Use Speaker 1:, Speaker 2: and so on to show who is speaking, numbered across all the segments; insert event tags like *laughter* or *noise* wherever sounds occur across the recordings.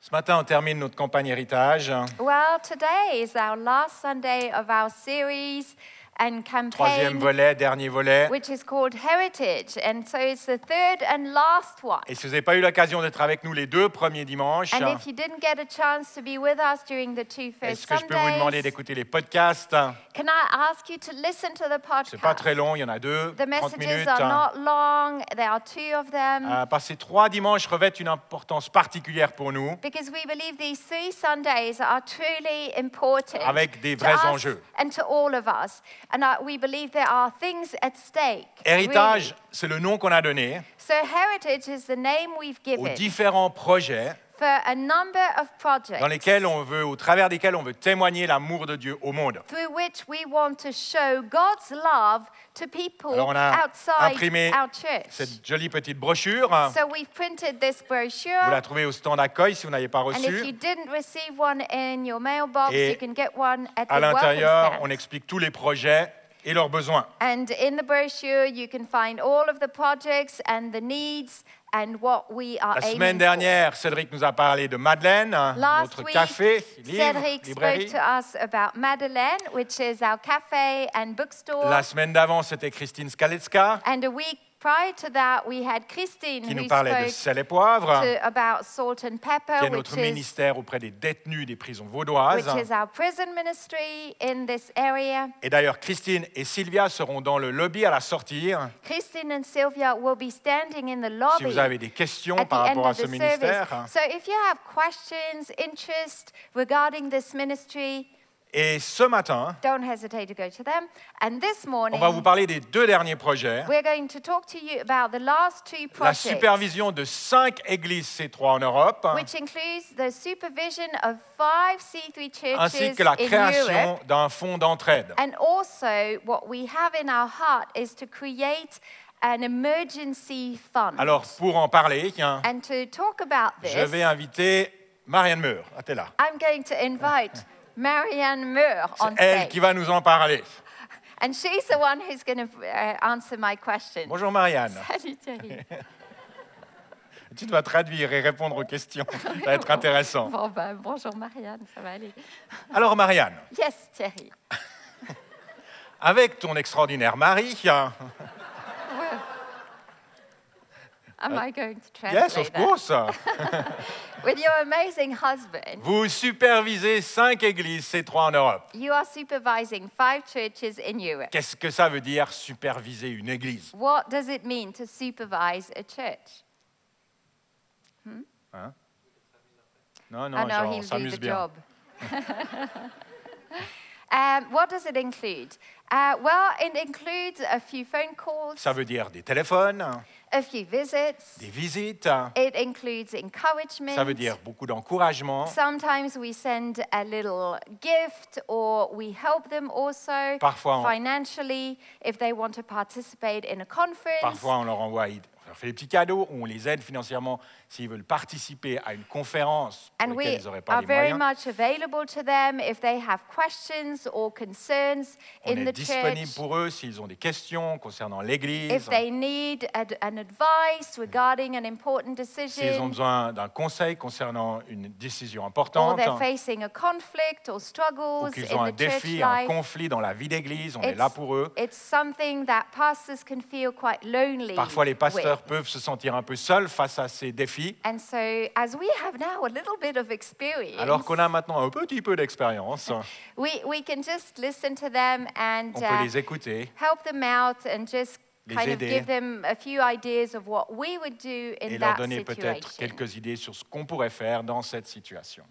Speaker 1: Ce matin, on termine notre campagne héritage,
Speaker 2: Well, today is our last Sunday of our series and
Speaker 1: troisième
Speaker 2: campaign,
Speaker 1: volet, dernier volet.
Speaker 2: which is called Heritage. And so it's the third and last one.
Speaker 1: Et si vous n'avez pas eu l'occasion d'être avec nous les deux premiers dimanches,
Speaker 2: And if you didn't get a chance to be with us during the two
Speaker 1: est-ce
Speaker 2: first
Speaker 1: que je peux vous demander
Speaker 2: Sundays,
Speaker 1: d'écouter les podcasts
Speaker 2: can I ask you to listen to the
Speaker 1: C'est pas très
Speaker 2: podcast?
Speaker 1: long, il y en a deux,
Speaker 2: Ah. The
Speaker 1: 30
Speaker 2: messages
Speaker 1: minutes.
Speaker 2: are not long, there are two of them.
Speaker 1: Euh, parce que ces trois dimanches revêtent une importance particulière pour nous,
Speaker 2: Because we believe these three Sundays are truly important
Speaker 1: Avec des
Speaker 2: to
Speaker 1: vrais
Speaker 2: us
Speaker 1: enjeux.
Speaker 2: and to all of us. And uh, we believe there are things at stake. really.
Speaker 1: Héritage, c'est le nom qu'on a donné
Speaker 2: So heritage is the name we've
Speaker 1: aux
Speaker 2: given
Speaker 1: différents projets
Speaker 2: for a number of projects
Speaker 1: dans lesquels on veut, au travers desquels on veut témoigner l'amour de Dieu au monde.
Speaker 2: through which we want to show God's love to people
Speaker 1: Alors on a
Speaker 2: outside
Speaker 1: imprimé
Speaker 2: our church.
Speaker 1: Cette jolie petite brochure,
Speaker 2: So we've printed this
Speaker 1: vous la
Speaker 2: brochure.
Speaker 1: trouvez au stand d'accueil si vous n'avez pas
Speaker 2: And if you
Speaker 1: reçu.
Speaker 2: didn't receive one in your mailbox,
Speaker 1: Et
Speaker 2: you can get one at
Speaker 1: À
Speaker 2: the welcome
Speaker 1: l'intérieur,
Speaker 2: stand.
Speaker 1: on explique tous les projets et leurs besoins.
Speaker 2: And in the brochure, you can find all of the projects and the needs and what we are
Speaker 1: La
Speaker 2: aiming
Speaker 1: semaine
Speaker 2: for.
Speaker 1: dernière, Cédric nous a parlé de Madeleine, hein,
Speaker 2: Last
Speaker 1: notre
Speaker 2: week,
Speaker 1: café, livre,
Speaker 2: Cedric spoke
Speaker 1: librairie.
Speaker 2: to us about Madeleine, which is our cafe and bookstore.
Speaker 1: La semaine d'avant, c'était Christine Skaletska
Speaker 2: and a week prior to that, we had Christine
Speaker 1: qui nous
Speaker 2: who
Speaker 1: parlait de
Speaker 2: spoke
Speaker 1: sel et poivre,
Speaker 2: to, about salt and pepper,
Speaker 1: qui est
Speaker 2: which
Speaker 1: notre
Speaker 2: is,
Speaker 1: ministère auprès des détenus des prisons
Speaker 2: which
Speaker 1: vaudoises.
Speaker 2: is our prison ministry in this area.
Speaker 1: Et d'ailleurs, Christine et Sylvia seront dans le lobby à la sortie. hein,
Speaker 2: Christine and Sylvia will be standing in the
Speaker 1: Si
Speaker 2: lobby.
Speaker 1: vous avez des questions
Speaker 2: at
Speaker 1: par
Speaker 2: the end
Speaker 1: rapport à
Speaker 2: of
Speaker 1: ce
Speaker 2: the service.
Speaker 1: ministère.
Speaker 2: So if you have questions, interest regarding this ministry,
Speaker 1: Et ce matin,
Speaker 2: don't hesitate to go to them. And this
Speaker 1: on
Speaker 2: morning,
Speaker 1: va vous parler des deux derniers projets.
Speaker 2: *laughs* we're going to talk to you about the last two
Speaker 1: La
Speaker 2: projects,
Speaker 1: supervision de cinq églises C3 en Europe, hein,
Speaker 2: which includes the supervision of five C3
Speaker 1: ainsi
Speaker 2: churches
Speaker 1: que la
Speaker 2: in Europe.
Speaker 1: création d'un fonds d'entraide.
Speaker 2: And also, what we have in our heart is to create an emergency fund.
Speaker 1: Alors, pour en parler, hein,
Speaker 2: and to talk about this,
Speaker 1: je vais inviter Marianne Meur. Ah, t'es là.
Speaker 2: I'm going to
Speaker 1: *laughs*
Speaker 2: invite Marianne Moore on
Speaker 1: C'est elle
Speaker 2: stage.
Speaker 1: qui va nous en parler.
Speaker 2: And she's the one who's going to uh, answer my question.
Speaker 1: Bonjour Marianne.
Speaker 2: *laughs* Salut Thierry.
Speaker 1: Tu dois traduire et répondre aux questions. Ça va être intéressant.
Speaker 2: Bon, ben, bonjour Marianne, ça va aller.
Speaker 1: Alors Marianne,
Speaker 2: Yes Thierry.
Speaker 1: avec ton extraordinaire mari, hein,
Speaker 2: Am I going to
Speaker 1: Euh,
Speaker 2: translate
Speaker 1: yes, of
Speaker 2: that?
Speaker 1: course,
Speaker 2: With your amazing husband,
Speaker 1: vous supervisez cinq églises C3 en Europe.
Speaker 2: you are supervising five churches in Europe.
Speaker 1: Qu'est-ce que ça veut dire superviser une église
Speaker 2: What does it mean to supervise a church?
Speaker 1: Non, non,
Speaker 2: I know
Speaker 1: genre, on
Speaker 2: Ah, he'll do
Speaker 1: s'amuse
Speaker 2: the
Speaker 1: bien.
Speaker 2: job. *laughs* um, what does it include? Uh, well, it includes a few phone calls,
Speaker 1: Ça veut dire des téléphones,
Speaker 2: a few visits.
Speaker 1: des visites,
Speaker 2: It includes encouragement.
Speaker 1: ça veut dire beaucoup d'encouragement.
Speaker 2: Sometimes we send a little gift or we help them also
Speaker 1: Parfois, on-
Speaker 2: financially if they want to participate in a conference.
Speaker 1: Parfois, on leur envoie on leur fait des petits cadeaux, on les aide financièrement s'ils veulent participer à une conférence pour
Speaker 2: and
Speaker 1: laquelle
Speaker 2: we
Speaker 1: ils n'auraient pas
Speaker 2: are
Speaker 1: les
Speaker 2: very
Speaker 1: moyens.
Speaker 2: much available to them if they have questions or concerns
Speaker 1: On
Speaker 2: in
Speaker 1: est
Speaker 2: the
Speaker 1: disponible
Speaker 2: church.
Speaker 1: pour eux s'ils ont des questions concernant
Speaker 2: If
Speaker 1: l'Église,
Speaker 2: they need ad- an advice regarding an important
Speaker 1: s'ils ont
Speaker 2: decision,
Speaker 1: besoin d'un conseil concernant une décision
Speaker 2: or
Speaker 1: importante,
Speaker 2: they're facing a conflict or
Speaker 1: ou
Speaker 2: struggles in
Speaker 1: qu'ils ont un
Speaker 2: the church
Speaker 1: défi, un
Speaker 2: life,
Speaker 1: conflit dans la vie d'Église, on est
Speaker 2: It's-
Speaker 1: là pour eux.
Speaker 2: It's something that pastors can feel quite lonely.
Speaker 1: Parfois, les pasteurs
Speaker 2: with.
Speaker 1: peuvent se sentir un peu seuls face à ces défis,
Speaker 2: And so, as we have now a little bit of experience,
Speaker 1: alors qu'on a maintenant un petit peu
Speaker 2: *laughs*
Speaker 1: d'expérience.
Speaker 2: we, we can just listen to them and
Speaker 1: On
Speaker 2: uh,
Speaker 1: peut les écouter.
Speaker 2: help them out and just
Speaker 1: les
Speaker 2: kind of
Speaker 1: aider.
Speaker 2: give them a few ideas of what we would do in
Speaker 1: et leur
Speaker 2: that
Speaker 1: donner
Speaker 2: situation.
Speaker 1: peut-être quelques idées sur ce qu'on pourrait faire dans cette situation.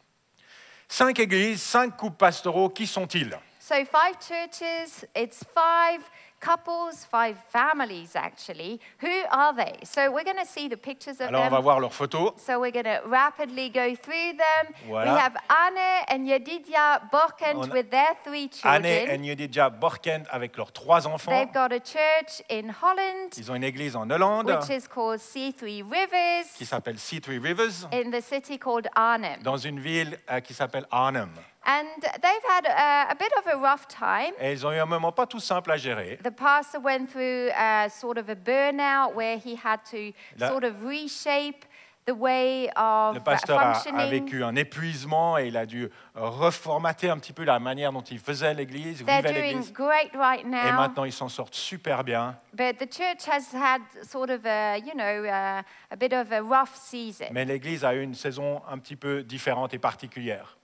Speaker 1: Cinq églises, cinq couples pastoraux, qui sont-ils
Speaker 2: So, five churches, it's five couples, five families actually. Who are they? So, we're going to see the pictures of
Speaker 1: Alors on
Speaker 2: them.
Speaker 1: va voir leurs photos.
Speaker 2: So we're going to rapidly go through them.
Speaker 1: Voilà.
Speaker 2: We have Anne and Yedidia Borkent
Speaker 1: On-
Speaker 2: with their three
Speaker 1: Anne
Speaker 2: children.
Speaker 1: et Nyedidja Borkent avec leurs trois enfants.
Speaker 2: They've got a church in Holland,
Speaker 1: Ils ont une église en Hollande
Speaker 2: which is called C3
Speaker 1: qui
Speaker 2: Rivers,
Speaker 1: s'appelle Sea3 Rivers,
Speaker 2: in the city called Arnhem.
Speaker 1: dans une ville euh, qui s'appelle Arnhem.
Speaker 2: And they've had uh, a bit of a rough time.
Speaker 1: Et ils ont eu un moment pas tout simple à gérer.
Speaker 2: The pastor went through uh, sort of a burnout where he had to
Speaker 1: La-
Speaker 2: sort of reshape the way of
Speaker 1: Le pasteur a, a
Speaker 2: functioning.
Speaker 1: vécu un épuisement et il a dû euh, reformater un petit peu la manière dont il faisait l'Église,
Speaker 2: They're
Speaker 1: vivait
Speaker 2: doing
Speaker 1: l'Église.
Speaker 2: great right
Speaker 1: Et
Speaker 2: now,
Speaker 1: maintenant, ils s'en sortent super bien.
Speaker 2: but the church has had sort of a, you know, uh, a bit of a rough season.
Speaker 1: Mais l'Église a eu une saison un petit peu différente et particulière.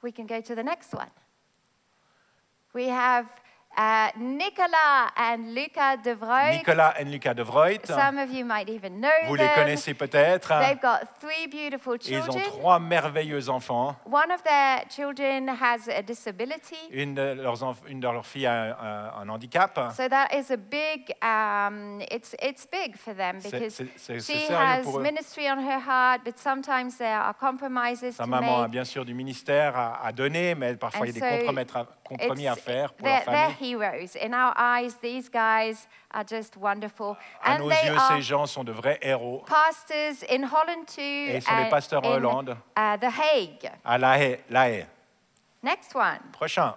Speaker 2: We can go to the next one. We have uh, Nicola and Luca de Vrooy.
Speaker 1: Nicolas et Luca de Vrooyt,
Speaker 2: Some of you might even know
Speaker 1: vous les
Speaker 2: them.
Speaker 1: connaissez peut-être.
Speaker 2: They've got three beautiful
Speaker 1: Et Ils ont
Speaker 2: children.
Speaker 1: trois merveilleux enfants.
Speaker 2: One of their children has a disability,
Speaker 1: Une de leurs, enf- une de leurs filles a un, un handicap.
Speaker 2: so that is a big. Um, it's it's big for them
Speaker 1: C'est-
Speaker 2: because
Speaker 1: c'est- C'est c'est
Speaker 2: she
Speaker 1: sérieux
Speaker 2: has
Speaker 1: pour eux.
Speaker 2: ministry on her heart, but sometimes there are compromises
Speaker 1: Sa
Speaker 2: to
Speaker 1: maman a
Speaker 2: make.
Speaker 1: bien sûr du ministère à, à donner, mais parfois il y a
Speaker 2: And
Speaker 1: des
Speaker 2: so
Speaker 1: compromis à, compromis à
Speaker 2: It's-
Speaker 1: faire pour
Speaker 2: they're,
Speaker 1: leur
Speaker 2: they're
Speaker 1: famille.
Speaker 2: heroes. In our eyes, these guys are just wonderful,
Speaker 1: À
Speaker 2: and
Speaker 1: nos
Speaker 2: they
Speaker 1: yeux,
Speaker 2: are
Speaker 1: ces gens sont de vrais héros
Speaker 2: pastors in Holland too,
Speaker 1: et ils sont des
Speaker 2: and
Speaker 1: pasteurs en
Speaker 2: in,
Speaker 1: Hollande
Speaker 2: uh, The Hague.
Speaker 1: à La Haye. La Haye.
Speaker 2: Next one.
Speaker 1: Prochain,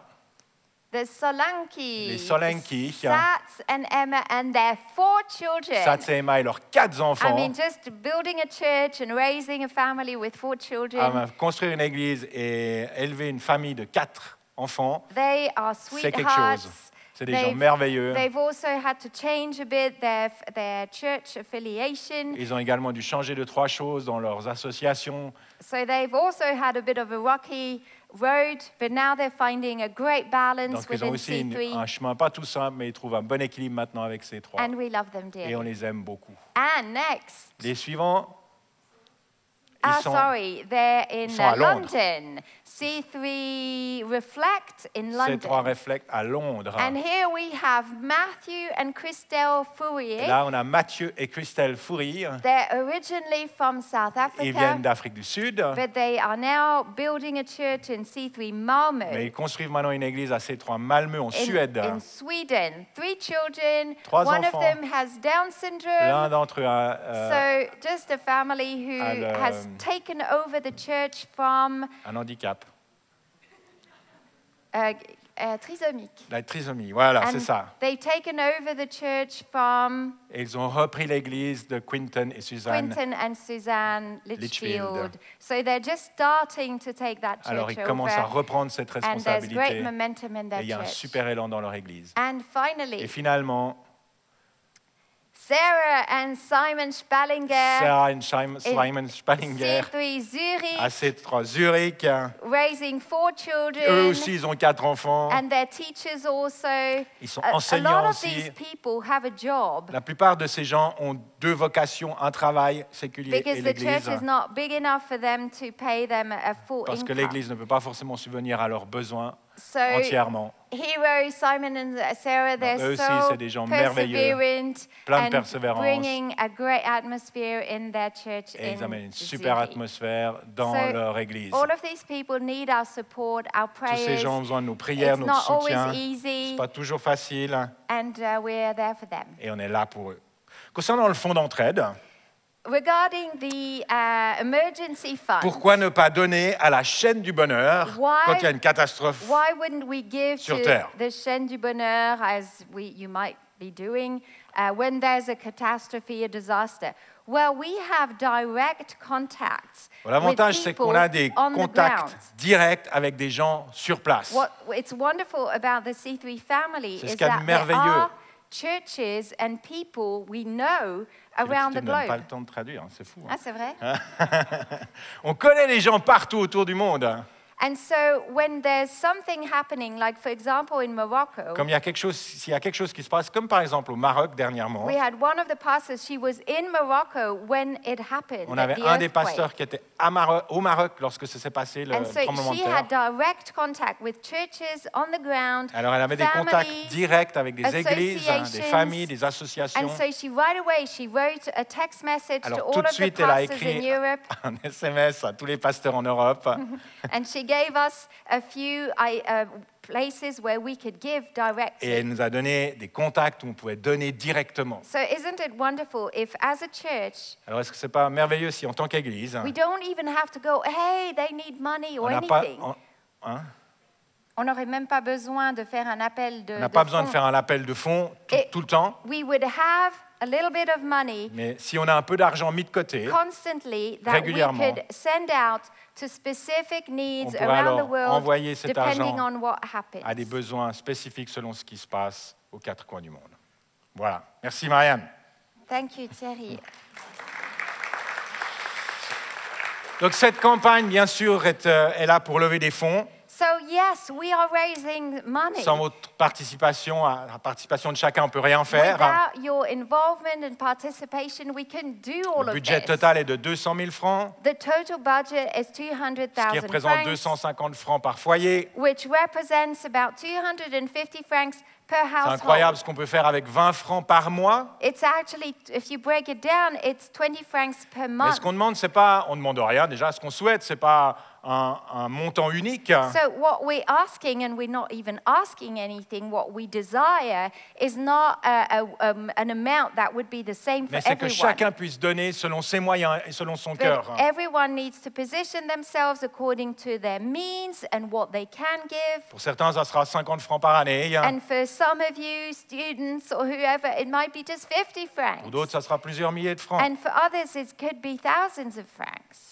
Speaker 2: The Solanki.
Speaker 1: Les Solanki.
Speaker 2: Sats and Emma and their four children.
Speaker 1: Satz et Emma et leurs quatre
Speaker 2: I
Speaker 1: enfants.
Speaker 2: mean, just building a church and raising a family with four children.
Speaker 1: à construire une église et élever une famille de quatre enfants,
Speaker 2: they are
Speaker 1: c'est quelque chose.
Speaker 2: sweethearts.
Speaker 1: C'est des gens
Speaker 2: They've-
Speaker 1: merveilleux.
Speaker 2: They've also had to change a bit their, their church affiliation.
Speaker 1: Ils ont également dû changer de trois choses dans leurs associations.
Speaker 2: So they've also had a bit of a rocky road, but now they're finding a great
Speaker 1: Donc,
Speaker 2: balance
Speaker 1: ils ont
Speaker 2: within
Speaker 1: aussi une-
Speaker 2: C3.
Speaker 1: un chemin pas tout simple, mais ils trouvent un bon équilibre maintenant avec ces trois.
Speaker 2: and we love them
Speaker 1: Et on
Speaker 2: dearly.
Speaker 1: les aime beaucoup.
Speaker 2: And next,
Speaker 1: Les suivants,
Speaker 2: Ah,
Speaker 1: ils sont
Speaker 2: sorry, they're in
Speaker 1: ils sont à
Speaker 2: uh,
Speaker 1: Londres.
Speaker 2: London. C3 Reflect
Speaker 1: ces
Speaker 2: in
Speaker 1: trois
Speaker 2: London. Ah,
Speaker 1: réflexes à Londres.
Speaker 2: And here we have Matthew and Christelle
Speaker 1: Et
Speaker 2: Fourier.
Speaker 1: là, on a Mathieu et Christelle Foury.
Speaker 2: They're originally from South
Speaker 1: Ils viennent
Speaker 2: Africa,
Speaker 1: d'Afrique du Sud,
Speaker 2: but they are now building a church in
Speaker 1: mais
Speaker 2: C3 Malmö
Speaker 1: ils construisent maintenant une église à ces trois Malmö en
Speaker 2: in,
Speaker 1: Suède.
Speaker 2: in Sweden. Three children.
Speaker 1: Trois
Speaker 2: One of
Speaker 1: enfants.
Speaker 2: them has Down syndrome.
Speaker 1: L'un d'entre eux a, euh,
Speaker 2: So just a family who
Speaker 1: à le-
Speaker 2: has taken over the church from
Speaker 1: un handicap,
Speaker 2: uh, uh, trisomique.
Speaker 1: la trisomie. Voilà, Ah, c'est
Speaker 2: And
Speaker 1: ça.
Speaker 2: They've taken over the church from
Speaker 1: Et ils ont repris l'église de Quinton et Suzanne.
Speaker 2: Quinton and Suzanne
Speaker 1: Litchfield.
Speaker 2: Litchfield. So they're just starting to take that church
Speaker 1: Alors ils
Speaker 2: over.
Speaker 1: commencent à reprendre cette
Speaker 2: and there's great
Speaker 1: responsabilité.
Speaker 2: momentum in
Speaker 1: Et
Speaker 2: their
Speaker 1: il y a un
Speaker 2: church.
Speaker 1: super élan dans leur église.
Speaker 2: And
Speaker 1: Et
Speaker 2: finally,
Speaker 1: finalement,
Speaker 2: Sarah and Simon Spallinger,
Speaker 1: Sarah et Shim- Simon Spallinger Ah,
Speaker 2: C3
Speaker 1: à
Speaker 2: Zurich,
Speaker 1: ces trois Zurich. hein.
Speaker 2: raising
Speaker 1: Eux
Speaker 2: four children.
Speaker 1: aussi, ils ont quatre enfants.
Speaker 2: And their teachers also. A,
Speaker 1: Ils sont
Speaker 2: a lot
Speaker 1: enseignants
Speaker 2: of these
Speaker 1: aussi.
Speaker 2: people have a job
Speaker 1: La plupart de ces gens ont deux vocations, un travail séculier et
Speaker 2: because the church
Speaker 1: l'église.
Speaker 2: is not big enough for them to pay them a full
Speaker 1: Parce que
Speaker 2: income.
Speaker 1: l'église ne peut pas forcément subvenir à leurs besoins
Speaker 2: So
Speaker 1: entièrement.
Speaker 2: Hero, Simon and Sarah, they're
Speaker 1: eux aussi,
Speaker 2: so
Speaker 1: c'est des gens merveilleux,
Speaker 2: perseverant
Speaker 1: plein
Speaker 2: and
Speaker 1: de persévérance.
Speaker 2: bringing a great atmosphere in their church
Speaker 1: Et
Speaker 2: in
Speaker 1: ils amènent une super
Speaker 2: Zurich.
Speaker 1: atmosphère dans
Speaker 2: So,
Speaker 1: leur église.
Speaker 2: All of these people need our support, our
Speaker 1: Tous ces
Speaker 2: prayers.
Speaker 1: gens ont besoin de nos prières,
Speaker 2: It's
Speaker 1: notre
Speaker 2: not
Speaker 1: soutien.
Speaker 2: always
Speaker 1: C'est
Speaker 2: easy,
Speaker 1: pas toujours facile
Speaker 2: and uh, we're there for them.
Speaker 1: et on est là pour eux. Concernant le fonds d'entraide,
Speaker 2: Regarding the uh, emergency fund,
Speaker 1: pourquoi ne pas donner à la chaîne du bonheur
Speaker 2: Why-
Speaker 1: quand il y a une catastrophe
Speaker 2: why wouldn't we give
Speaker 1: Sur
Speaker 2: to
Speaker 1: Terre.
Speaker 2: the Chaîne du Bonheur, as we, you might be doing, uh, when there's a catastrophe, a disaster? Well, we have direct contacts
Speaker 1: Bon, L'avantage,
Speaker 2: with
Speaker 1: c'est
Speaker 2: people
Speaker 1: qu'on a des
Speaker 2: on the
Speaker 1: contacts
Speaker 2: ground.
Speaker 1: directs avec des gens sur place.
Speaker 2: What it's wonderful about the C3 family
Speaker 1: C'est ce
Speaker 2: is
Speaker 1: qu'il y a
Speaker 2: that
Speaker 1: de
Speaker 2: there
Speaker 1: merveilleux.
Speaker 2: are churches and people we know
Speaker 1: Et là,
Speaker 2: around
Speaker 1: tu
Speaker 2: the
Speaker 1: ne donnes pas
Speaker 2: globe.
Speaker 1: le temps de traduire, hein, c'est fou. hein.
Speaker 2: Ah, c'est vrai?
Speaker 1: On connaît les gens partout autour du monde. hein.
Speaker 2: And so when there's something happening, like for example in Morocco,
Speaker 1: Comme il y a quelque chose, s'il y a quelque chose qui se passe, comme par exemple au Maroc dernièrement,
Speaker 2: We had one of the pastors, she was in Morocco when it happened.
Speaker 1: on
Speaker 2: at
Speaker 1: avait
Speaker 2: the
Speaker 1: un des
Speaker 2: earthquake.
Speaker 1: pasteurs qui était à Maro- au Maroc lorsque ça s'est passé le
Speaker 2: And so
Speaker 1: tremblement de
Speaker 2: she
Speaker 1: terre.
Speaker 2: had direct contact with churches on the ground.
Speaker 1: Alors elle avait des contacts
Speaker 2: families,
Speaker 1: directs avec des églises, hein, des
Speaker 2: associations.
Speaker 1: familles, des
Speaker 2: And
Speaker 1: associations.
Speaker 2: so she right away she wrote a text message to
Speaker 1: Alors
Speaker 2: all
Speaker 1: tout
Speaker 2: of
Speaker 1: de
Speaker 2: the
Speaker 1: suite, elle a
Speaker 2: pastors in
Speaker 1: écrit
Speaker 2: Europe,
Speaker 1: *laughs* un SMS à tous les pasteurs en
Speaker 2: *laughs*
Speaker 1: Europe.
Speaker 2: and she gave us a few I, uh, places where we could give
Speaker 1: Et
Speaker 2: directly.
Speaker 1: elle nous a donné des contacts où on pouvait donner directement.
Speaker 2: So isn't it wonderful if, as a church,
Speaker 1: Alors est-ce que c'est pas merveilleux si en tant qu'Église,
Speaker 2: we don't even have to go, hey, they need money
Speaker 1: on
Speaker 2: or
Speaker 1: n'a pas,
Speaker 2: anything. Euh,
Speaker 1: on- hein,
Speaker 2: On n'aurait même pas besoin de faire un appel de.
Speaker 1: on n'a
Speaker 2: de
Speaker 1: pas besoin de
Speaker 2: fonds.
Speaker 1: faire un appel de fonds tout,
Speaker 2: Et-
Speaker 1: tout le temps.
Speaker 2: We would have a little bit of money
Speaker 1: Mais si on a un peu d'argent mis de côté,
Speaker 2: constantly that we
Speaker 1: Régulièrement.
Speaker 2: could send out to specific needs
Speaker 1: On pourrait
Speaker 2: around the
Speaker 1: alors
Speaker 2: world
Speaker 1: envoyer cet
Speaker 2: depending
Speaker 1: argent
Speaker 2: on what happens.
Speaker 1: à des besoins spécifiques selon ce qui se passe aux quatre coins du monde. Voilà. Merci Marianne.
Speaker 2: Thank you, Thierry.
Speaker 1: Donc cette campagne, bien sûr, est, euh, est là pour lever des fonds.
Speaker 2: So yes, we are raising money.
Speaker 1: Sans votre participation, à la participation de chacun, on ne peut rien faire. hein.
Speaker 2: Without your involvement and participation, we can do all
Speaker 1: Le
Speaker 2: of
Speaker 1: budget
Speaker 2: this.
Speaker 1: total est de 200 000 francs,
Speaker 2: The total budget is
Speaker 1: ce qui
Speaker 2: 200,000
Speaker 1: représente
Speaker 2: francs,
Speaker 1: 250 francs par foyer.
Speaker 2: which represents about 250 francs per
Speaker 1: C'est
Speaker 2: household.
Speaker 1: incroyable ce qu'on peut faire avec 20 francs par mois.
Speaker 2: It's actually, if you break it down, it's 20 francs per
Speaker 1: Mais
Speaker 2: month.
Speaker 1: ce qu'on demande, c'est pas, on demande rien déjà. Ce qu'on souhaite, c'est pas un, un montant unique.
Speaker 2: So what we're asking, and we're not even asking anything, what we desire is not a, a, um, an amount that would be the same for
Speaker 1: Mais c'est que
Speaker 2: everyone.
Speaker 1: chacun puisse donner selon ses moyens et selon son
Speaker 2: But
Speaker 1: cœur.
Speaker 2: everyone needs to position themselves according to their means and what they can give.
Speaker 1: Pour certains, ça sera 50 francs par année. hein.
Speaker 2: And for some of you, students or whoever, it might be just 50 francs.
Speaker 1: Pour d'autres, ça sera plusieurs milliers de francs.
Speaker 2: And for others, it could be thousands of francs.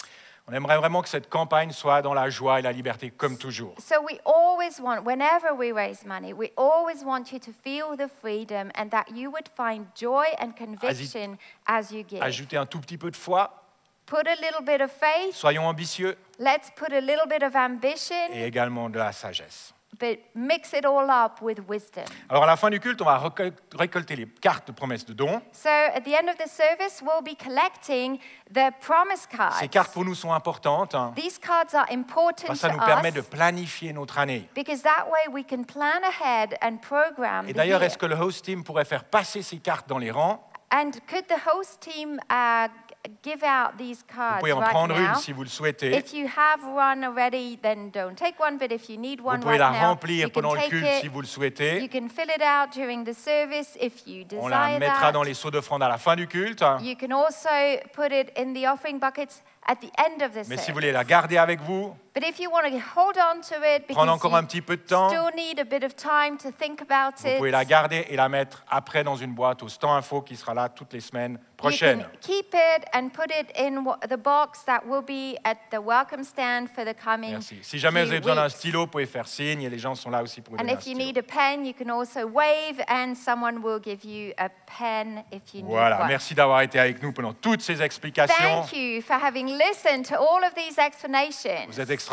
Speaker 1: On aimerait vraiment que cette campagne soit dans la joie et la liberté, comme toujours.
Speaker 2: So we always want, whenever we raise money, we always want you to feel the freedom and that you would find joy and conviction as you give.
Speaker 1: Ajoutez un tout petit peu de foi,
Speaker 2: Put a little bit of faith.
Speaker 1: soyons ambitieux
Speaker 2: Let's put a little bit of ambition,
Speaker 1: et également de la sagesse.
Speaker 2: but mix it all up with wisdom.
Speaker 1: Alors à la fin du culte, on va recol- récolter les cartes de promesses de dons.
Speaker 2: So at the end of the service, we'll be collecting the promise
Speaker 1: Ces
Speaker 2: cards.
Speaker 1: cartes pour nous sont importantes. hein,
Speaker 2: These cards are important
Speaker 1: parce que ça
Speaker 2: to
Speaker 1: nous permet de
Speaker 2: us
Speaker 1: planifier notre année.
Speaker 2: because that way we can plan ahead and program.
Speaker 1: Et
Speaker 2: the
Speaker 1: d'ailleurs,
Speaker 2: year.
Speaker 1: est-ce que le host team pourrait faire passer ces cartes dans les rangs
Speaker 2: And could the host team uh, g- give out these
Speaker 1: Vous
Speaker 2: cards
Speaker 1: pouvez en
Speaker 2: Ah, right
Speaker 1: prendre une
Speaker 2: now?
Speaker 1: si vous le souhaitez.
Speaker 2: If you have one already, then don't take one. But if you need
Speaker 1: Vous
Speaker 2: one
Speaker 1: pouvez
Speaker 2: right
Speaker 1: la
Speaker 2: now,
Speaker 1: remplir
Speaker 2: you can
Speaker 1: pendant le
Speaker 2: take
Speaker 1: culte si
Speaker 2: it.
Speaker 1: vous le
Speaker 2: You
Speaker 1: souhaitez.
Speaker 2: can fill it out during the service if you
Speaker 1: On la
Speaker 2: desire
Speaker 1: mettra
Speaker 2: that.
Speaker 1: dans les seaux d'offrande à la fin du culte. hein.
Speaker 2: You can also put it in the offering buckets at the end of the
Speaker 1: Mais si vous
Speaker 2: service.
Speaker 1: voulez la garder avec vous,
Speaker 2: But if you want to hold on to it, because
Speaker 1: prendre encore
Speaker 2: you
Speaker 1: un petit peu de temps,
Speaker 2: still need a bit of time to think about
Speaker 1: Vous
Speaker 2: it,
Speaker 1: pouvez la garder et la mettre après dans une boîte au stand info qui sera là toutes les semaines
Speaker 2: you can
Speaker 1: prochaines.
Speaker 2: keep it and put it in wha- the box that will be at the welcome stand for the coming
Speaker 1: Merci. Si jamais vous
Speaker 2: few
Speaker 1: avez besoin d'un
Speaker 2: weeks.
Speaker 1: stylo, vous pouvez faire signe et les gens sont là aussi pour vous
Speaker 2: And
Speaker 1: donner un
Speaker 2: if you
Speaker 1: stylo.
Speaker 2: need a pen, you can also wave, and someone will give you a pen if you need
Speaker 1: Voilà,
Speaker 2: one.
Speaker 1: merci d'avoir été avec nous pendant toutes ces explications.
Speaker 2: Thank you for having listened to all of these explanations.
Speaker 1: Vous êtes extraordinaires.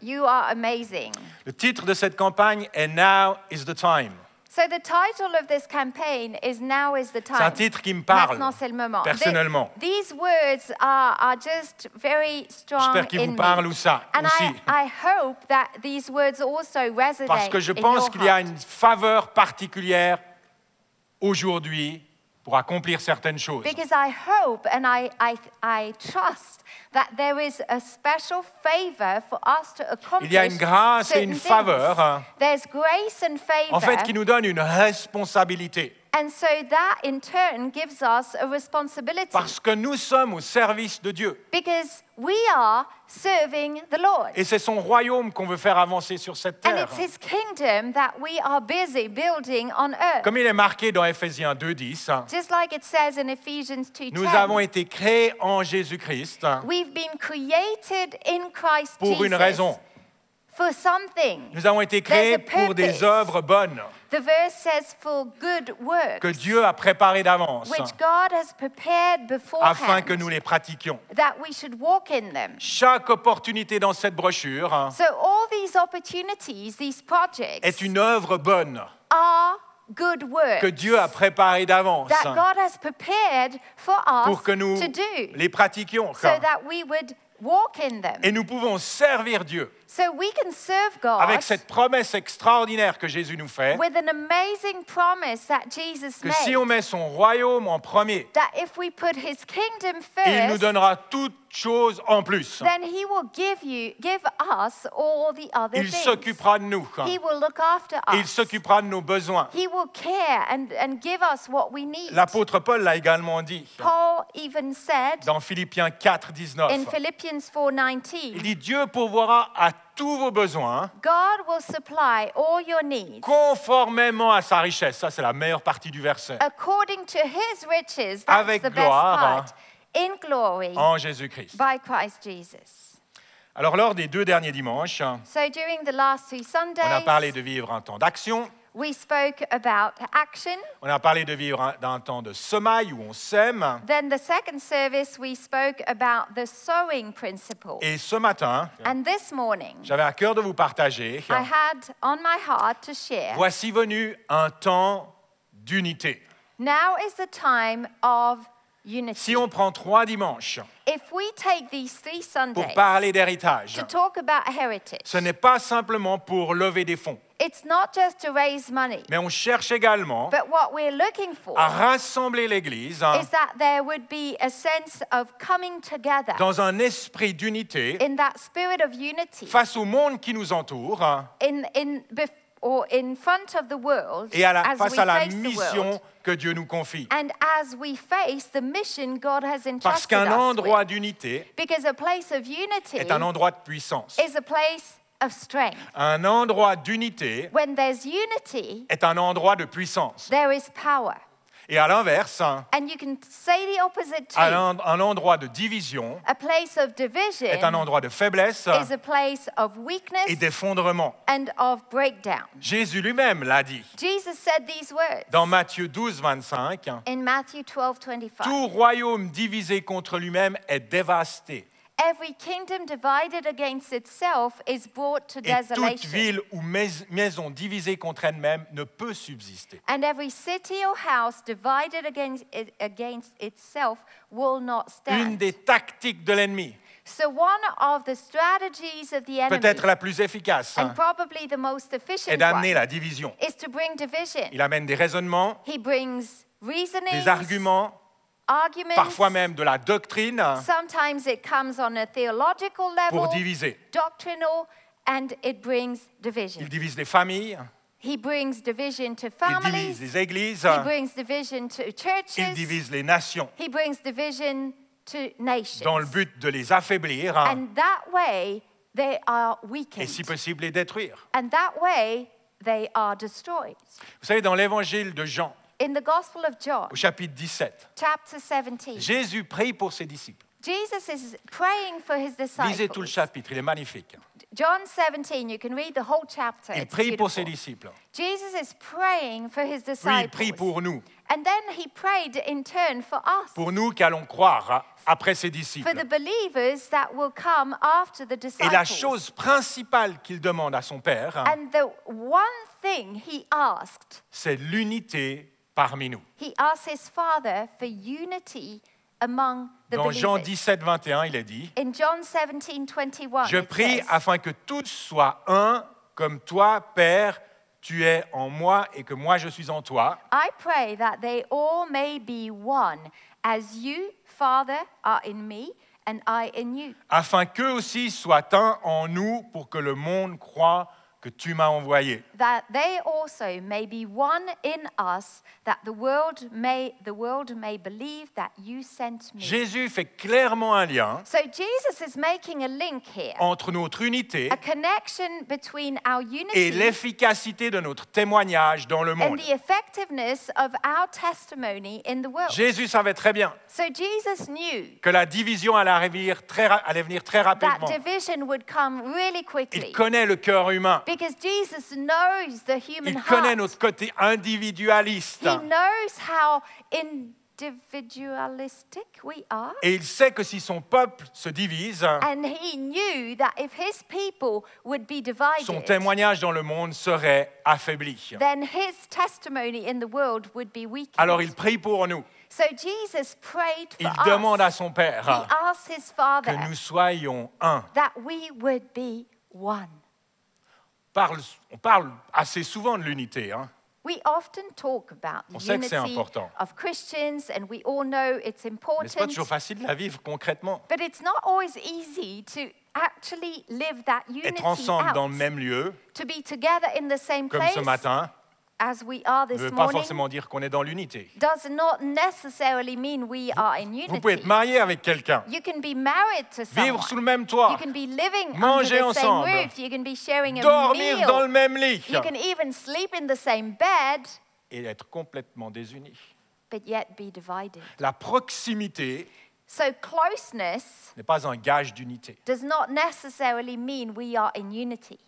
Speaker 2: You are amazing.
Speaker 1: Le titre de cette campagne est Now is the time.
Speaker 2: So the title of this campaign is "Now is the time."
Speaker 1: C'est un titre qui me parle
Speaker 2: Maintenant, c'est le moment.
Speaker 1: personnellement.
Speaker 2: The- these words are, are just very strong
Speaker 1: J'espère qu'il
Speaker 2: in
Speaker 1: vous parle
Speaker 2: me.
Speaker 1: ou ça-
Speaker 2: And
Speaker 1: aussi.
Speaker 2: I, I hope that these words also resonate
Speaker 1: Parce que je
Speaker 2: in
Speaker 1: pense
Speaker 2: your
Speaker 1: qu'il y a
Speaker 2: heart.
Speaker 1: une faveur particulière aujourd'hui pour accomplir certaines choses.
Speaker 2: Because I hope and I, I, I trust that there is a special favor for us to accomplish.
Speaker 1: Il y a une grâce et
Speaker 2: certain
Speaker 1: une faveur,
Speaker 2: things.
Speaker 1: hein.
Speaker 2: There's grace and favor.
Speaker 1: En fait, qui nous donne une responsabilité.
Speaker 2: And so that in turn gives us a responsibility
Speaker 1: Parce que nous sommes au service de Dieu.
Speaker 2: because we are serving the Lord.
Speaker 1: Et c'est son royaume qu'on veut faire avancer sur cette
Speaker 2: And
Speaker 1: terre.
Speaker 2: it's his kingdom that we are busy building on earth.
Speaker 1: Comme il est marqué dans Ephésiens 2.10, hein,
Speaker 2: Just like it says in Ephesians 2
Speaker 1: nous avons été créés en Jésus-Christ hein,
Speaker 2: We've been created in Christ
Speaker 1: pour
Speaker 2: Jesus
Speaker 1: une raison.
Speaker 2: for something.
Speaker 1: Nous avons été créés
Speaker 2: There's a
Speaker 1: pour des
Speaker 2: purpose.
Speaker 1: œuvres bonnes
Speaker 2: The verse says, for good works,
Speaker 1: que Dieu a préparées d'avance
Speaker 2: which God has prepared
Speaker 1: afin que nous
Speaker 2: beforehand,
Speaker 1: les pratiquions.
Speaker 2: that we should walk in them.
Speaker 1: Chaque opportunité dans cette brochure hein,
Speaker 2: So, all these opportunities, these
Speaker 1: est
Speaker 2: projects,
Speaker 1: une œuvre bonne
Speaker 2: are good works
Speaker 1: que Dieu a préparée d'avance
Speaker 2: that God has prepared for us
Speaker 1: pour que nous
Speaker 2: to do
Speaker 1: les pratiquions.
Speaker 2: so that we would walk in them.
Speaker 1: Et nous pouvons servir Dieu.
Speaker 2: So, we can serve God
Speaker 1: avec cette promesse extraordinaire que Jésus nous fait,
Speaker 2: with an amazing promise that Jesus
Speaker 1: que
Speaker 2: made
Speaker 1: si on met son royaume en premier,
Speaker 2: that if we put his kingdom
Speaker 1: il nous
Speaker 2: first,
Speaker 1: donnera toutes toute chose en plus.
Speaker 2: then he will give you give us all the other
Speaker 1: Il
Speaker 2: things.
Speaker 1: s'occupera de nous.
Speaker 2: He will look after
Speaker 1: Il
Speaker 2: us.
Speaker 1: s'occupera de nos besoins.
Speaker 2: He will care and, and give us what we need.
Speaker 1: L'apôtre Paul l'a également dit
Speaker 2: Paul even said
Speaker 1: dans Philippiens 4,
Speaker 2: in
Speaker 1: 19.
Speaker 2: Philippians 4:19,
Speaker 1: Il dit Dieu pourvoira à tous vos besoins hein,
Speaker 2: God will supply all your needs
Speaker 1: conformément à sa richesse. Ça, c'est la meilleure partie du verset.
Speaker 2: according to his riches. That's
Speaker 1: Avec
Speaker 2: the best
Speaker 1: gloire, Oh.
Speaker 2: part. In glory
Speaker 1: En Jésus-Christ.
Speaker 2: by Christ Jesus.
Speaker 1: Alors, lors des deux derniers dimanches, on
Speaker 2: So during the last three
Speaker 1: a parlé
Speaker 2: Sundays,
Speaker 1: de vivre un temps d'action,
Speaker 2: we spoke about action.
Speaker 1: on a parlé de vivre un- d'un temps de semaille où on sème.
Speaker 2: Then the second service, we spoke about the sowing principle.
Speaker 1: Et ce matin,
Speaker 2: And this morning,
Speaker 1: j'avais à cœur de vous partager hein,
Speaker 2: I had on my heart to share
Speaker 1: voici venu un temps d'unité.
Speaker 2: now is the time of unity.
Speaker 1: Si on prend trois dimanches
Speaker 2: if we take these three
Speaker 1: pour
Speaker 2: Sundays
Speaker 1: parler d'héritage,
Speaker 2: to talk about heritage,
Speaker 1: ce n'est pas simplement pour lever des fonds,
Speaker 2: it's not just to raise money,
Speaker 1: mais on cherche également
Speaker 2: but what we're looking for
Speaker 1: à rassembler l'Église hein,
Speaker 2: is that there would be a sense of coming together
Speaker 1: dans un esprit d'unité
Speaker 2: in that spirit of unity
Speaker 1: face au monde qui nous entoure hein,
Speaker 2: in, in, bef- or in front of the world
Speaker 1: et à la-
Speaker 2: as we
Speaker 1: face à la
Speaker 2: face the world.
Speaker 1: mission que Dieu nous confie.
Speaker 2: And as we face the mission God has
Speaker 1: Parce
Speaker 2: entrusted
Speaker 1: qu'un
Speaker 2: us
Speaker 1: endroit
Speaker 2: with,
Speaker 1: d'unité
Speaker 2: because a place of unity
Speaker 1: est un endroit de puissance.
Speaker 2: is a place of strength.
Speaker 1: Un endroit d'unité
Speaker 2: When there's unity,
Speaker 1: est un endroit de puissance.
Speaker 2: there is power.
Speaker 1: Et à l'inverse, hein,
Speaker 2: And you can say the opposite too.
Speaker 1: un un endroit de division
Speaker 2: a place of division
Speaker 1: est un endroit de faiblesse
Speaker 2: is a place of weakness
Speaker 1: et d'effondrement.
Speaker 2: and of breakdown.
Speaker 1: Jésus lui-même l'a dit
Speaker 2: Jesus said these words
Speaker 1: dans Matthieu 12, 25.
Speaker 2: in Matthew 12 25.
Speaker 1: Tout royaume divisé contre lui-même est dévasté
Speaker 2: Every kingdom divided against itself is brought to
Speaker 1: et toute
Speaker 2: desolation.
Speaker 1: ville ou mais- maison divisée contre elle-même ne peut subsister.
Speaker 2: And every city or house divided against, it- against itself will not
Speaker 1: Une
Speaker 2: stand.
Speaker 1: des tactiques de l'ennemi,
Speaker 2: so, one of the strategies of the enemy,
Speaker 1: peut-être la plus efficace, hein,
Speaker 2: and probably the most
Speaker 1: est
Speaker 2: efficient
Speaker 1: d'amener
Speaker 2: one,
Speaker 1: la division.
Speaker 2: is to bring division.
Speaker 1: Il amène des raisonnements,
Speaker 2: he brings reasoning,
Speaker 1: des arguments,
Speaker 2: arguments,
Speaker 1: parfois même de la doctrine hein,
Speaker 2: sometimes it comes on a theological level,
Speaker 1: pour diviser.
Speaker 2: doctrinal, and it brings division.
Speaker 1: Il divise les familles,
Speaker 2: he brings division to
Speaker 1: il
Speaker 2: families,
Speaker 1: divise les églises,
Speaker 2: he brings division to
Speaker 1: il
Speaker 2: churches,
Speaker 1: divise les nations
Speaker 2: He brings division to nations.
Speaker 1: dans le but de les affaiblir hein,
Speaker 2: And that way, they are
Speaker 1: et
Speaker 2: weakened.
Speaker 1: si possible les détruire.
Speaker 2: And that way, they are destroyed.
Speaker 1: Vous savez, dans l'évangile de Jean,
Speaker 2: In the Gospel of John,
Speaker 1: au chapitre 17,
Speaker 2: chapter 17,
Speaker 1: Jésus prie pour ses disciples.
Speaker 2: Jesus is praying for his
Speaker 1: Lisez tout le
Speaker 2: disciples.
Speaker 1: chapitre, il est magnifique.
Speaker 2: John 17, you can read the whole chapter.
Speaker 1: Il
Speaker 2: It's
Speaker 1: prie pour ses disciples.
Speaker 2: beautiful. Jesus is praying for his
Speaker 1: Puis il prie
Speaker 2: disciples.
Speaker 1: pour nous,
Speaker 2: And then he prayed in turn for us,
Speaker 1: pour nous qui allons croire hein, après ses disciples.
Speaker 2: for the believers that will come after the
Speaker 1: Et la
Speaker 2: disciples.
Speaker 1: chose principale qu'il demande à son Père, hein,
Speaker 2: And the one thing he asked
Speaker 1: c'est l'unité parmi nous.
Speaker 2: He asks his father for unity among the
Speaker 1: Dans Jean
Speaker 2: believers.
Speaker 1: 17, 21, il est dit,
Speaker 2: In John 17, 21,
Speaker 1: Je
Speaker 2: it
Speaker 1: prie
Speaker 2: says,
Speaker 1: afin que tous soient un, comme toi, Père, tu es en moi et que moi je suis en toi,
Speaker 2: I pray that they all may be one, as you, Father, are in me and I in you,
Speaker 1: afin qu'eux aussi soient un en nous pour que le monde croie que tu m'as envoyé.
Speaker 2: that they also may be one in us, that the world may, the world may believe that you sent me.
Speaker 1: Jésus fait clairement un lien
Speaker 2: so Jesus is making a link here,
Speaker 1: entre notre unité
Speaker 2: a connection between our
Speaker 1: et
Speaker 2: unity
Speaker 1: l'efficacité de notre témoignage dans le
Speaker 2: and
Speaker 1: monde.
Speaker 2: the effectiveness of our testimony in the world.
Speaker 1: Jésus savait très bien
Speaker 2: So Jesus knew
Speaker 1: que la division allait arriver très ra- allait venir très
Speaker 2: that
Speaker 1: rapidement.
Speaker 2: division would come really
Speaker 1: Il
Speaker 2: quickly
Speaker 1: connaît le cœur humain.
Speaker 2: because Jesus knows the human
Speaker 1: Il connaît
Speaker 2: heart.
Speaker 1: notre côté individualiste.
Speaker 2: He knows how individualistic we are.
Speaker 1: Et il sait que si son peuple se divise,
Speaker 2: And he knew that if his people would be
Speaker 1: son
Speaker 2: divided,
Speaker 1: témoignage dans le monde serait affaibli.
Speaker 2: then his testimony in the world would be
Speaker 1: Alors il
Speaker 2: weakened.
Speaker 1: prie pour nous.
Speaker 2: So Jesus prayed for
Speaker 1: Il demande à
Speaker 2: us.
Speaker 1: son
Speaker 2: He
Speaker 1: Père
Speaker 2: asked his
Speaker 1: que
Speaker 2: Father
Speaker 1: nous soyons un.
Speaker 2: that we would be one.
Speaker 1: Parle- on parle assez souvent de l'unité. hein.
Speaker 2: We often talk about the
Speaker 1: On sait que c'est
Speaker 2: unity
Speaker 1: important.
Speaker 2: of Christians, and we all know it's
Speaker 1: Mais ce n'est pas
Speaker 2: important.
Speaker 1: toujours facile de la vivre concrètement.
Speaker 2: But it's not always easy to actually live that unity
Speaker 1: Être ensemble
Speaker 2: out.
Speaker 1: dans le même lieu,
Speaker 2: to be together in the same
Speaker 1: comme
Speaker 2: place
Speaker 1: ce matin,
Speaker 2: as we are
Speaker 1: ne veut
Speaker 2: this
Speaker 1: pas
Speaker 2: morning
Speaker 1: forcément dire qu'on est dans l'unité.
Speaker 2: does not necessarily mean we are in
Speaker 1: Vous pouvez être
Speaker 2: unity.
Speaker 1: marié avec quelqu'un,
Speaker 2: You can be married to someone.
Speaker 1: vivre sous le même
Speaker 2: You
Speaker 1: toit,
Speaker 2: can be living
Speaker 1: Manger
Speaker 2: under the
Speaker 1: ensemble.
Speaker 2: same roof. You can be sharing a
Speaker 1: dormir
Speaker 2: meal.
Speaker 1: dans le même lit
Speaker 2: You can even sleep in the same bed,
Speaker 1: et être complètement désunis.
Speaker 2: but yet be divided.
Speaker 1: La proximité
Speaker 2: So closeness
Speaker 1: n'est pas un gage d'unité.
Speaker 2: does not necessarily mean we are in unity.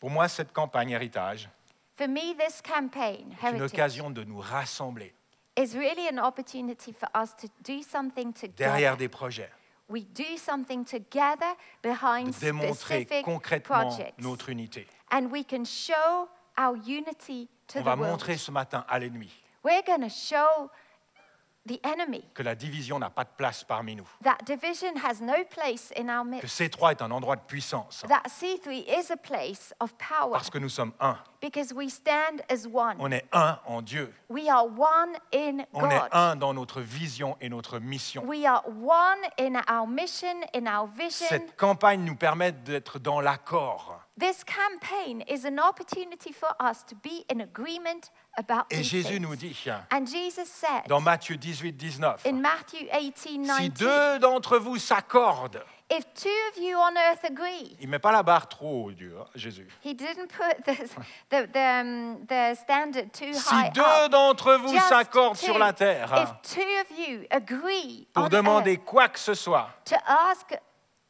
Speaker 1: Pour moi, cette campagne héritage
Speaker 2: For me, this campaign,
Speaker 1: est une
Speaker 2: Heritage,
Speaker 1: occasion de nous rassembler
Speaker 2: is really an opportunity for us to do something together.
Speaker 1: derrière des projets,
Speaker 2: We do something together
Speaker 1: de
Speaker 2: behind
Speaker 1: démontrer
Speaker 2: specific
Speaker 1: concrètement
Speaker 2: projects.
Speaker 1: notre unité.
Speaker 2: And we can show our unity to
Speaker 1: On
Speaker 2: the
Speaker 1: va
Speaker 2: world.
Speaker 1: montrer ce matin à l'ennemi
Speaker 2: We're going to show the enemy
Speaker 1: que la division n'a pas de place parmi nous,
Speaker 2: that division has no place in our
Speaker 1: que
Speaker 2: midst.
Speaker 1: C3 est un endroit de puissance,
Speaker 2: That C3 is a place of power
Speaker 1: parce que nous sommes un.
Speaker 2: because we stand as one.
Speaker 1: On est un en Dieu.
Speaker 2: We are one in
Speaker 1: On est
Speaker 2: God.
Speaker 1: un dans notre vision et notre mission.
Speaker 2: We are one in our mission, in our vision.
Speaker 1: Cette campagne nous permet d'être dans l'accord.
Speaker 2: This campaign is an opportunity for us to be in agreement about
Speaker 1: Et
Speaker 2: these
Speaker 1: Jésus
Speaker 2: things.
Speaker 1: nous dit,
Speaker 2: And Jesus said
Speaker 1: dans Matthieu 18, 19,
Speaker 2: in Matthew 18,
Speaker 1: si
Speaker 2: 19,
Speaker 1: deux d'entre vous s'accordent,
Speaker 2: if two of you on earth agree,
Speaker 1: il ne met pas la barre trop haut, Dieu, hein, Jésus.
Speaker 2: he didn't put the, the, the, um, the standard too high
Speaker 1: Si deux
Speaker 2: up.
Speaker 1: d'entre vous
Speaker 2: Just
Speaker 1: s'accordent
Speaker 2: two.
Speaker 1: sur la terre hein,
Speaker 2: if two of you agree
Speaker 1: pour
Speaker 2: on
Speaker 1: demander
Speaker 2: earth
Speaker 1: quoi que ce soit,
Speaker 2: to ask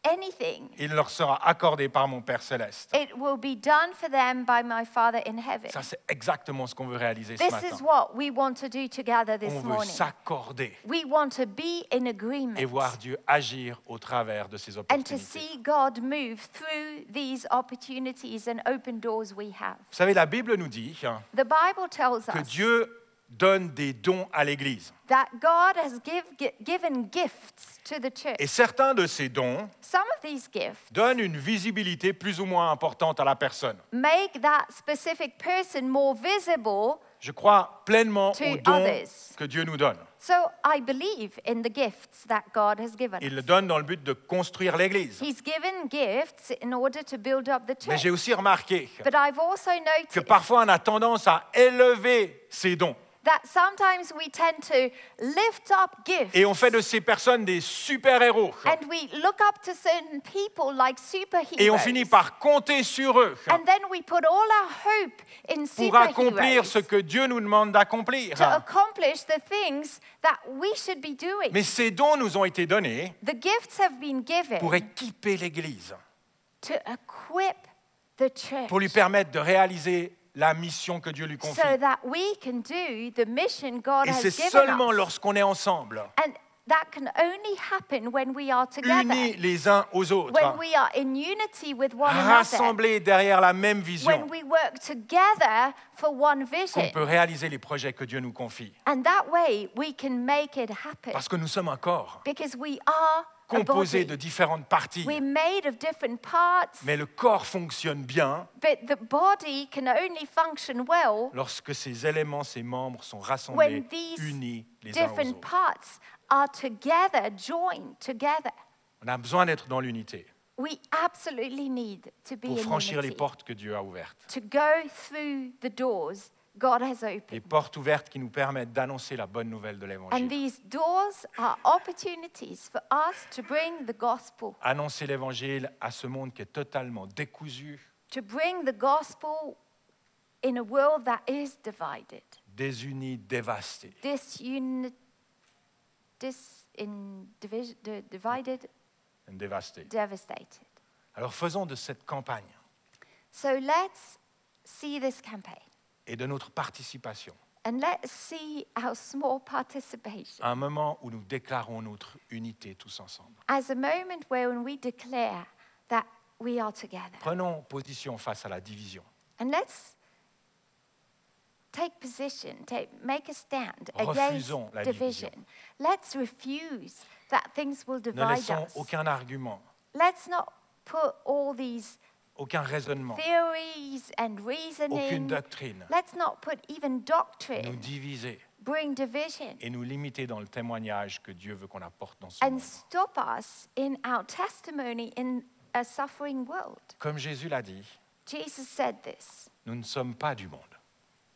Speaker 2: anything,
Speaker 1: il leur sera accordé par mon Père céleste.
Speaker 2: it will be done for them by my Father in heaven.
Speaker 1: Ça, c'est exactement ce qu'on veut réaliser ce
Speaker 2: This is
Speaker 1: matin.
Speaker 2: what we want to do together this
Speaker 1: On veut
Speaker 2: morning.
Speaker 1: s'accorder
Speaker 2: We want to be in agreement
Speaker 1: et voir Dieu agir au travers de ces
Speaker 2: and to
Speaker 1: opportunités.
Speaker 2: see God move through these opportunities and open doors we have.
Speaker 1: Vous savez, la Bible nous dit hein,
Speaker 2: The Bible tells
Speaker 1: que
Speaker 2: us
Speaker 1: Dieu donne des dons à l'Église.
Speaker 2: that God has give, gi- given gifts to the church.
Speaker 1: Et certains de ces dons
Speaker 2: Some of these gifts
Speaker 1: donnent une visibilité plus ou moins importante à la personne.
Speaker 2: make that specific person more visible.
Speaker 1: Je crois pleinement
Speaker 2: To
Speaker 1: aux dons
Speaker 2: others.
Speaker 1: que Dieu nous donne.
Speaker 2: So I believe in the gifts that God has given.
Speaker 1: Il le donne dans le but de construire l'Église.
Speaker 2: He's given gifts in order to build up the
Speaker 1: Mais
Speaker 2: church.
Speaker 1: j'ai aussi remarqué
Speaker 2: But I've also
Speaker 1: que
Speaker 2: noticed
Speaker 1: parfois on a tendance à élever ces dons
Speaker 2: that sometimes we tend to lift up gifts
Speaker 1: et on fait de ces personnes des super-héros.
Speaker 2: and we look up to certain people like superheroes.
Speaker 1: Et on finit par compter sur eux
Speaker 2: and then we put all our hope in
Speaker 1: pour accomplir ce
Speaker 2: superheroes
Speaker 1: que Dieu nous demande d'accomplir.
Speaker 2: to accomplish the things that we should be doing.
Speaker 1: Mais ces dons nous ont été donnés
Speaker 2: the gifts have been given
Speaker 1: pour équiper l'Église,
Speaker 2: to equip the church
Speaker 1: pour lui permettre de réaliser la mission que Dieu lui confie.
Speaker 2: so that we can do the mission God
Speaker 1: Et c'est
Speaker 2: has given
Speaker 1: seulement
Speaker 2: us.
Speaker 1: lorsqu'on est ensemble,
Speaker 2: And that can only happen when we are together,
Speaker 1: unis les uns aux autres,
Speaker 2: when we are in unity with one another,
Speaker 1: rassemblés derrière la même
Speaker 2: when
Speaker 1: vision,
Speaker 2: we work together for one
Speaker 1: qu'on
Speaker 2: vision.
Speaker 1: peut réaliser les projets que Dieu nous confie.
Speaker 2: And that way we can make it happen
Speaker 1: Parce que nous sommes un corps
Speaker 2: because we are a
Speaker 1: composé
Speaker 2: body.
Speaker 1: de différentes parties,
Speaker 2: We're made of different parts,
Speaker 1: mais le corps fonctionne bien
Speaker 2: but the body can only function well
Speaker 1: lorsque ses éléments, ses membres sont rassemblés,
Speaker 2: When these
Speaker 1: unis les uns aux
Speaker 2: different
Speaker 1: autres.
Speaker 2: parts are together, joined together.
Speaker 1: On a besoin d'être dans l'unité
Speaker 2: We absolutely need to be
Speaker 1: pour
Speaker 2: in
Speaker 1: franchir les
Speaker 2: unity,
Speaker 1: portes que Dieu a ouvertes.
Speaker 2: to go through the doors God has
Speaker 1: Les
Speaker 2: opened.
Speaker 1: portes ouvertes qui nous permettent d'annoncer la bonne nouvelle de
Speaker 2: And
Speaker 1: l'Évangile.
Speaker 2: these doors are opportunities for us to bring the gospel,
Speaker 1: Annoncer l'Évangile à ce monde qui est totalement décousu,
Speaker 2: to bring the gospel in a world that is divided,
Speaker 1: désuni, dévasté.
Speaker 2: disuni- dis- in divis- di- divided,
Speaker 1: dévasté.
Speaker 2: devastated.
Speaker 1: Alors faisons de cette campagne
Speaker 2: So let's see this campaign.
Speaker 1: et de notre participation
Speaker 2: And let's see our small *laughs* participation
Speaker 1: un moment où nous déclarons notre unité tous ensemble.
Speaker 2: as a moment where when we declare that we are together.
Speaker 1: Prenons position face à la division.
Speaker 2: And let's take position, take, make a stand against
Speaker 1: Refusons la division.
Speaker 2: division. Let's refuse that things will
Speaker 1: Ne
Speaker 2: divide
Speaker 1: laissons
Speaker 2: us.
Speaker 1: aucun argument,
Speaker 2: Let's not put all these
Speaker 1: aucun raisonnement,
Speaker 2: theories and
Speaker 1: aucune
Speaker 2: reasoning.
Speaker 1: doctrine
Speaker 2: Let's not put even
Speaker 1: nous
Speaker 2: doctrine
Speaker 1: diviser
Speaker 2: bring division
Speaker 1: et nous limiter dans le témoignage que Dieu veut qu'on apporte dans ce
Speaker 2: and
Speaker 1: monde.
Speaker 2: stop us in our testimony in a suffering world.
Speaker 1: Comme Jésus l'a dit,
Speaker 2: Jesus said this
Speaker 1: nous ne sommes pas du monde,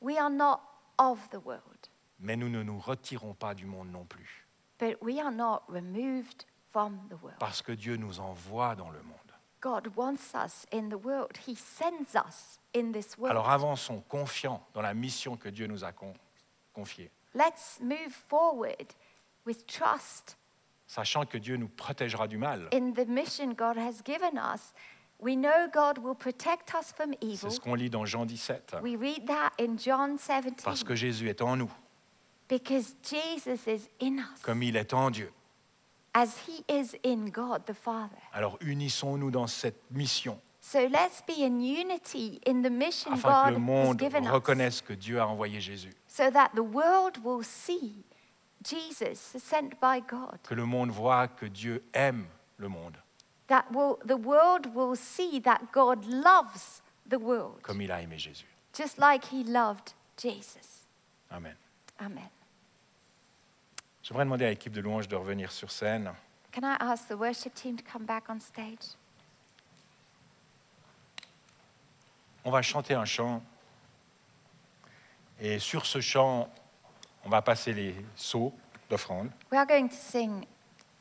Speaker 2: We are not of the world,
Speaker 1: mais nous ne nous retirons pas du monde non plus,
Speaker 2: but we are not removed from the world.
Speaker 1: parce que Dieu nous envoie dans le monde.
Speaker 2: God wants us in the world, He sends us in this
Speaker 1: Alors
Speaker 2: world.
Speaker 1: avançons confiants dans la mission que Dieu nous a con- confiée,
Speaker 2: Let's move forward with trust
Speaker 1: sachant que Dieu nous protégera du mal.
Speaker 2: in the mission God has given us. We know God will protect us from
Speaker 1: C'est
Speaker 2: evil.
Speaker 1: ce qu'on lit dans Jean 17,
Speaker 2: We read that in John
Speaker 1: parce
Speaker 2: 17
Speaker 1: que Jésus est en nous,
Speaker 2: because Jesus is in us
Speaker 1: comme il est en Dieu.
Speaker 2: as he is in God the Father.
Speaker 1: Alors unissons-nous dans cette mission
Speaker 2: So let's be in unity in the mission
Speaker 1: afin que
Speaker 2: God
Speaker 1: le
Speaker 2: has
Speaker 1: monde
Speaker 2: given us
Speaker 1: reconnaisse que Dieu a envoyé Jésus,
Speaker 2: so that the world will see Jesus sent by God.
Speaker 1: que le monde voit que Dieu aime le monde
Speaker 2: That will, the world will see that God loves the world
Speaker 1: comme il a aimé Jésus.
Speaker 2: just like he loved Jesus.
Speaker 1: Amen.
Speaker 2: Amen.
Speaker 1: J'aimerais demander à l'équipe de louange de revenir sur scène.
Speaker 2: Can I ask the worship team to come back on stage?
Speaker 1: On va chanter un chant. Et sur ce chant, on va passer les seaux d'offrande.
Speaker 2: We are going to sing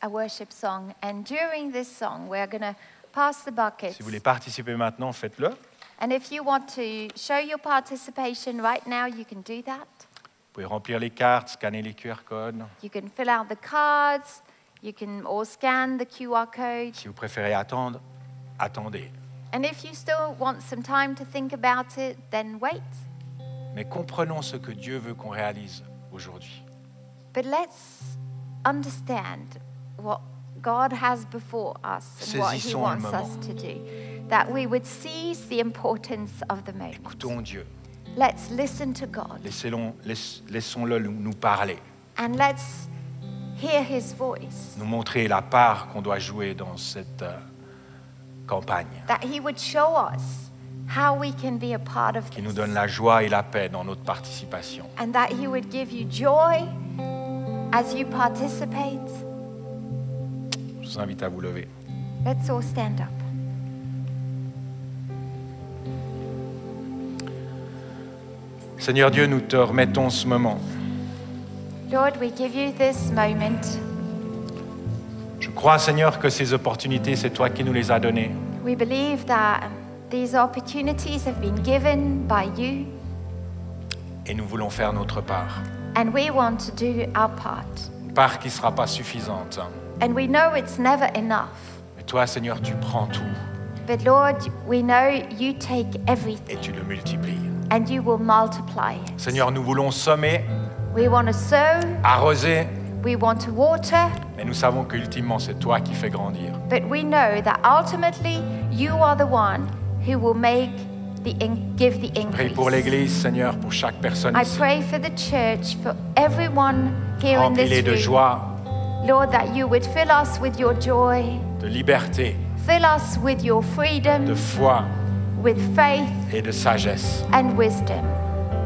Speaker 2: a worship song, and during this song, we are going to pass the buckets.
Speaker 1: Si vous voulez participer maintenant, faites-le. Vous
Speaker 2: And if you want to show your participation right now, you can do that.
Speaker 1: pouvez remplir les cartes, scanner les QR codes.
Speaker 2: You can fill out the cards, you can or scan the QR code.
Speaker 1: Si vous préférez attendre, attendez.
Speaker 2: And if you still want some time to think about it, then wait.
Speaker 1: Mais comprenons ce que Dieu veut qu'on réalise aujourd'hui.
Speaker 2: But let's understand what God has before us and what He
Speaker 1: Saisissons le
Speaker 2: wants
Speaker 1: moment.
Speaker 2: us to do. That we would seize the importance of the moment.
Speaker 1: Écoutons Dieu.
Speaker 2: Let's listen to God.
Speaker 1: Laissez-le- laiss- Laissons-le nous nous parler,
Speaker 2: And let's hear his voice,
Speaker 1: nous montrer la part qu'on doit jouer dans cette euh, campagne,
Speaker 2: that he would show us how we can be a part of
Speaker 1: qui nous
Speaker 2: this,
Speaker 1: donne la joie et la paix dans notre participation.
Speaker 2: and that he would give you joy as you participate.
Speaker 1: Je vous invite à vous lever.
Speaker 2: Let's all stand up.
Speaker 1: Seigneur Dieu, nous te remettons ce moment.
Speaker 2: Lord, we give you this moment.
Speaker 1: Je crois, Seigneur, que ces opportunités, c'est toi qui nous les as données.
Speaker 2: We believe that um, these opportunities have been given by you,
Speaker 1: Et nous voulons faire notre part.
Speaker 2: and we want to do our part.
Speaker 1: Une part qui ne sera pas suffisante.
Speaker 2: And we know it's never enough.
Speaker 1: Mais toi, Seigneur, tu prends tout
Speaker 2: But Lord, we know you take
Speaker 1: et
Speaker 2: everything
Speaker 1: tu le multiplies.
Speaker 2: and you will multiply it.
Speaker 1: Seigneur, nous voulons semer,
Speaker 2: We want to sow,
Speaker 1: arroser,
Speaker 2: we want to water,
Speaker 1: mais nous savons qu'ultimement, c'est toi qui fais grandir.
Speaker 2: but we know that ultimately you are the one who will make the in- give the
Speaker 1: Prie pour
Speaker 2: increase.
Speaker 1: l'Église, Seigneur, pour chaque personne
Speaker 2: I
Speaker 1: ici.
Speaker 2: pray for the church, for everyone here in
Speaker 1: Remplis-les
Speaker 2: this
Speaker 1: de
Speaker 2: room,
Speaker 1: joie,
Speaker 2: Lord, that you would fill us with your joy,
Speaker 1: de liberté,
Speaker 2: fill us with your
Speaker 1: de
Speaker 2: freedom,
Speaker 1: foi
Speaker 2: with faith
Speaker 1: et de sagesse.
Speaker 2: and wisdom.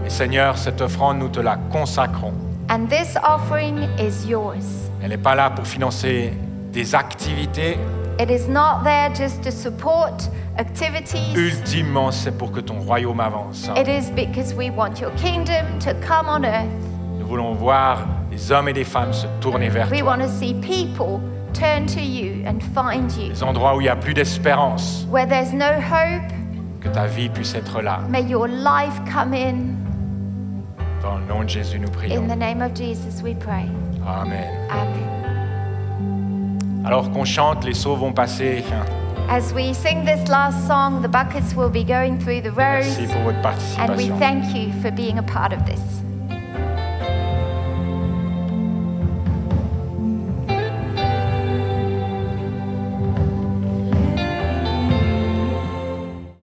Speaker 1: Et Seigneur, cette offrande, nous te la consacrons.
Speaker 2: And this offering is yours.
Speaker 1: Elle n'est pas là pour financer des activités.
Speaker 2: It is not there just to support activities.
Speaker 1: Ultimement, c'est pour que ton royaume avance. hein.
Speaker 2: It is because we want your kingdom to come on earth.
Speaker 1: Nous voulons voir des hommes et des femmes se tourner vers
Speaker 2: We want
Speaker 1: toi.
Speaker 2: to see people turn to you and find you.
Speaker 1: Des endroits où il n'y a plus d'espérance,
Speaker 2: Where there's no hope,
Speaker 1: que ta vie puisse être là.
Speaker 2: may your life come in.
Speaker 1: Dans le nom de Jésus, nous
Speaker 2: In
Speaker 1: prions.
Speaker 2: the name of Jesus, we pray.
Speaker 1: Amen.
Speaker 2: Amen.
Speaker 1: Alors qu'on chante, les sauts vont passer. hein.
Speaker 2: As we sing this last song, the buckets will be going through the
Speaker 1: Merci
Speaker 2: rows,
Speaker 1: pour votre
Speaker 2: and we
Speaker 1: participation.
Speaker 2: thank you for being a part of this.